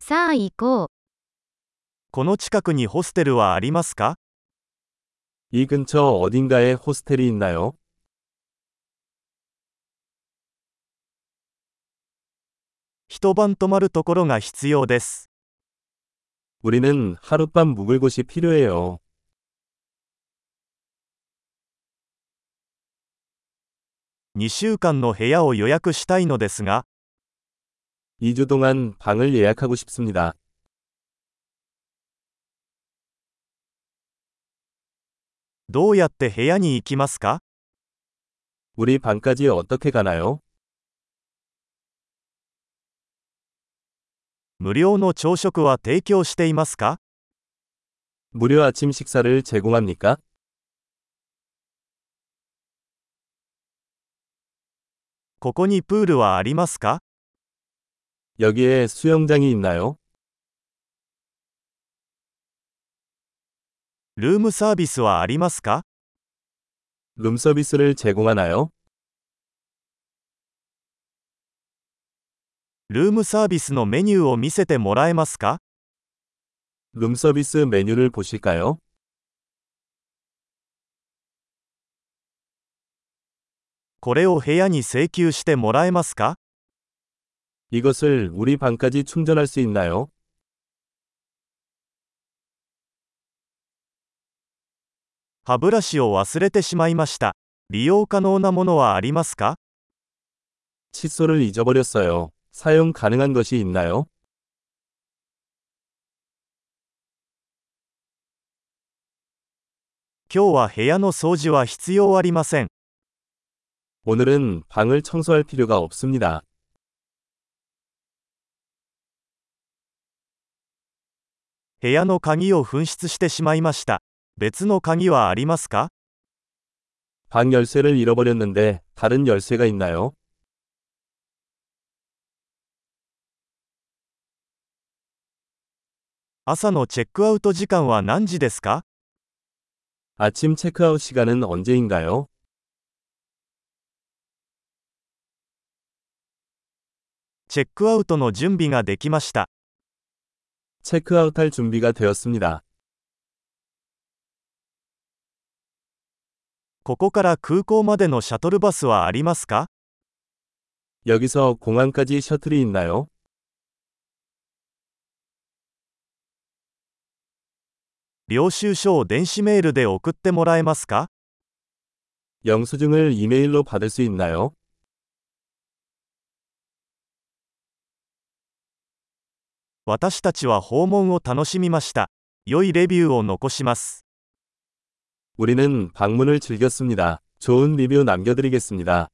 さあ行こう。この近くにホステルはありますか 이 근처 어딘가에 호스텔이 있나요? 一晩泊まるところが必要です。 우리는 하룻밤 묵을 곳이 필요해요. 2週間の部屋を予約したいのですが、 2주 동안 방을 예약하고 싶습니다. どうやって部屋に行きますか 우리 방까지 어떻게 가나요? 無料の朝食は提供していますか 무료 아침 식사를 제공합니까? ここにプールはありますか 여기에 수영장이 있나요? ルームサービスはありますか 룸 서비스를 제공하나요? ルームサービスのメニューを見せてもらえますか 룸 서비스 메뉴를 보실까요? これを部屋に請求してもらえますか 이것을 우리 방까지 충전할 수 있나요? 歯ブラシを忘れてしまいました。利用可能なものはありますか 칫솔을 잊어버렸어요. 사용 가능한 것이 있나요? 今日は部屋の掃除は必要ありません。 오늘은 방을 청소할 필요가 없습니다. 部屋の鍵を紛失してしまいました。別の鍵はありますか 방 열쇠를 잃어버렸는데 다른 열쇠가 있나요? 朝のチェックアウト時間は何時ですか 아침 체크아웃 시간은 언제인가요? チェックアウトの準備ができました。 체크아웃할 준비가 되었습니다. ここから空港までのシャトルバスはありますか 여기서 공항까지 셔틀이 있나요? 領収書を電子メールで送ってもらえますか 영수증을 이메일로 받을 수 있나요? 私たちは訪問を楽しみました。良いレビューを残します。 우리는 방문을 즐겼습니다. 좋은 리뷰 남겨드리겠습니다.